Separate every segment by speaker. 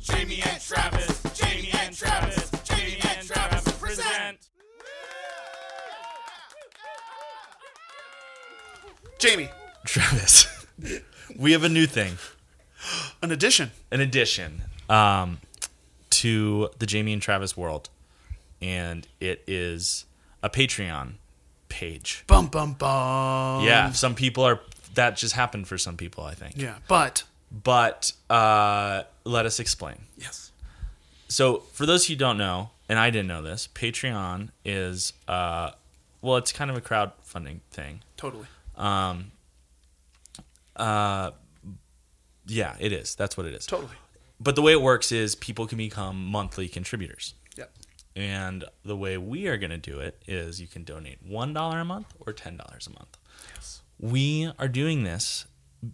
Speaker 1: Jamie and Travis, Jamie and Travis, Jamie and Travis present.
Speaker 2: Jamie,
Speaker 3: Travis, we have a new thing,
Speaker 2: an addition.
Speaker 3: an addition um, to the Jamie and Travis world, and it is a Patreon page.
Speaker 2: Bum bum bum.
Speaker 3: yeah, some people are that just happened for some people, I think.
Speaker 2: Yeah, but
Speaker 3: But uh, let us explain.
Speaker 2: yes,
Speaker 3: So, for those who don't know, and I didn't know this, Patreon is uh, well, it's kind of a crowdfunding thing. Um,
Speaker 2: totally.
Speaker 3: uh, Yeah, it is. That's what it is.
Speaker 2: Totally.
Speaker 3: But the way it works is people can become monthly contributors.
Speaker 2: Yep.
Speaker 3: And the way we are going to do it is you can donate $1 a month or $10 a month. We are doing this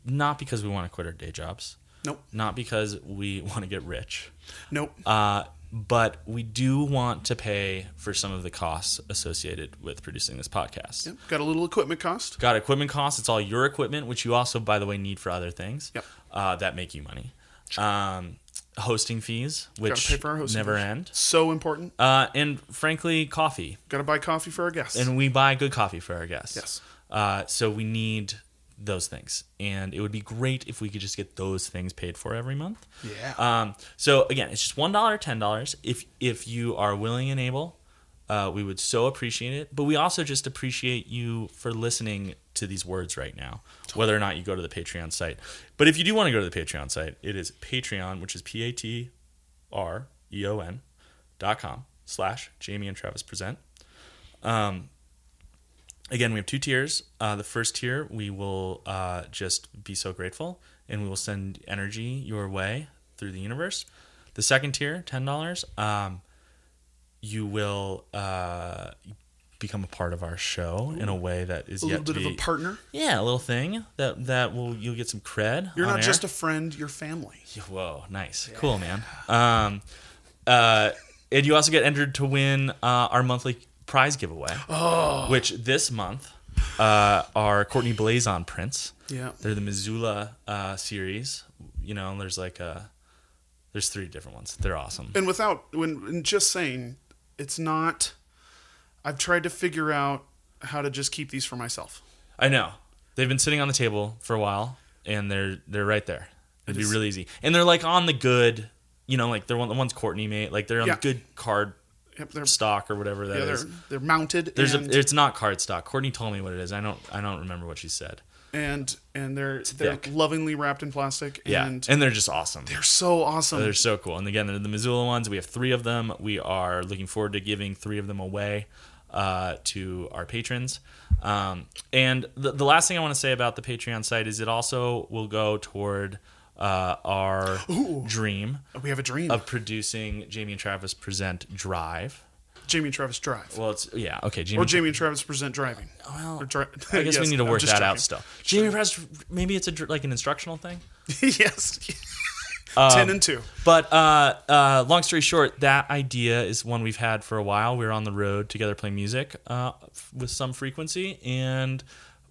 Speaker 3: not because we want to quit our day jobs,
Speaker 2: Nope.
Speaker 3: not because we want to get rich,
Speaker 2: Nope.
Speaker 3: uh, but we do want to pay for some of the costs associated with producing this podcast.
Speaker 2: Yep. Got a little equipment cost.
Speaker 3: Got equipment costs. It's all your equipment, which you also, by the way, need for other things
Speaker 2: Yep.
Speaker 3: uh, that make you money. Um, hosting fees, which
Speaker 2: pay for our hosting
Speaker 3: never
Speaker 2: fees.
Speaker 3: end.
Speaker 2: So important.
Speaker 3: Uh, and frankly, coffee.
Speaker 2: Got to buy coffee for our guests.
Speaker 3: and we buy good coffee for our guests.
Speaker 2: Yes.
Speaker 3: Uh, so we need those things, and it would be great if we could just get those things paid for every month.
Speaker 2: Yeah.
Speaker 3: Um, so again, it's just one dollar, ten dollars. If if you are willing and able, uh, we would so appreciate it. But we also just appreciate you for listening to these words right now, whether or not you go to the Patreon site. But if you do want to go to the Patreon site, it is Patreon, which is P A T R E O N dot com slash Jamie and Travis present. Um, Again, we have two tiers. Uh, the first tier, we will uh, just be so grateful and we will send energy your way through the universe. The second tier, $10, um, you will uh, become a part of our show in a way that is
Speaker 2: a little
Speaker 3: yet to
Speaker 2: bit of
Speaker 3: be.
Speaker 2: a partner.
Speaker 3: yeah, a little thing that, that will, you'll get some cred.
Speaker 2: You're
Speaker 3: on
Speaker 2: not
Speaker 3: air.
Speaker 2: just a friend. You're family.
Speaker 3: Yeah, Whoa, nice. Cool, man. Um, uh, and you also get entered to win uh, our monthly prize giveaway,
Speaker 2: Oh.
Speaker 3: which this month uh, are Courtney Blazon prints.
Speaker 2: Yeah.
Speaker 3: They're the Missoula uh, series. You know, there's like a, there's three different ones. They're awesome.
Speaker 2: And without when and just saying, it's not. I've tried to figure out how to just keep these for myself.
Speaker 3: I know. They've been sitting on the table for a while, and they're they're right there. It'd be really easy, and they're like on the good. You know, like they're one the ones Courtney made. Like they're on
Speaker 2: Yeah.
Speaker 3: the good card
Speaker 2: Yep, they're,
Speaker 3: stock or whatever that
Speaker 2: yeah,
Speaker 3: is.
Speaker 2: they're they're mounted.
Speaker 3: There's
Speaker 2: and,
Speaker 3: a, it's not card stock. Courtney told me what it is. I don't I don't remember what she said.
Speaker 2: and and they're they're
Speaker 3: thick.
Speaker 2: lovingly wrapped in plastic.
Speaker 3: Yeah,
Speaker 2: and
Speaker 3: and, they're just awesome.
Speaker 2: they're so awesome.
Speaker 3: They're so cool. And again, they're the Missoula ones. We have three of them. We are looking forward to giving three of them away uh, to our patrons. Um, and the, the last thing I want to say about the Patreon site is it also will go toward uh, our dream
Speaker 2: we have a dream.
Speaker 3: of producing Jamie and Travis present Drive.
Speaker 2: Jamie and Travis drive.
Speaker 3: Well, it's yeah okay. Jamie
Speaker 2: Or Jamie and Travis present driving.
Speaker 3: Well,
Speaker 2: Or dri-
Speaker 3: I guess we
Speaker 2: Yes,
Speaker 3: need to
Speaker 2: I'm
Speaker 3: work
Speaker 2: just
Speaker 3: that out
Speaker 2: joking.
Speaker 3: still. Jamie Press, maybe it's a dr- like an instructional thing.
Speaker 2: yes.
Speaker 3: Um,
Speaker 2: Ten and two.
Speaker 3: But uh, uh, long story short, that idea is one we've had for a while. We were on the road together playing music uh, f- with some frequency, and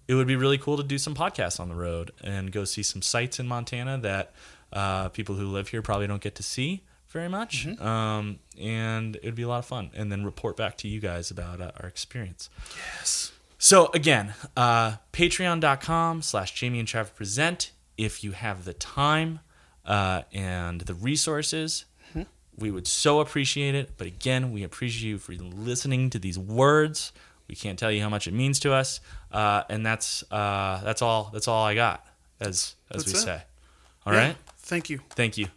Speaker 3: it would be really cool to do some podcasts on the road and go see some sights in Montana that uh, people who live here probably don't get to see very much.
Speaker 2: Mm-hmm.
Speaker 3: Um, and it would be a lot of fun. And then report back to you guys about uh, our experience. So again, uh, patreon.com slash Jamie and Trav present. If you have the time uh, and the resources,
Speaker 2: Hmm?
Speaker 3: we would so appreciate it. But again, we appreciate you for listening to these words. We can't tell you how much it means to us. Uh, and that's uh, that's all that's all I got, as as
Speaker 2: That's
Speaker 3: we
Speaker 2: it.
Speaker 3: say. All right,
Speaker 2: Thank you.
Speaker 3: Thank you.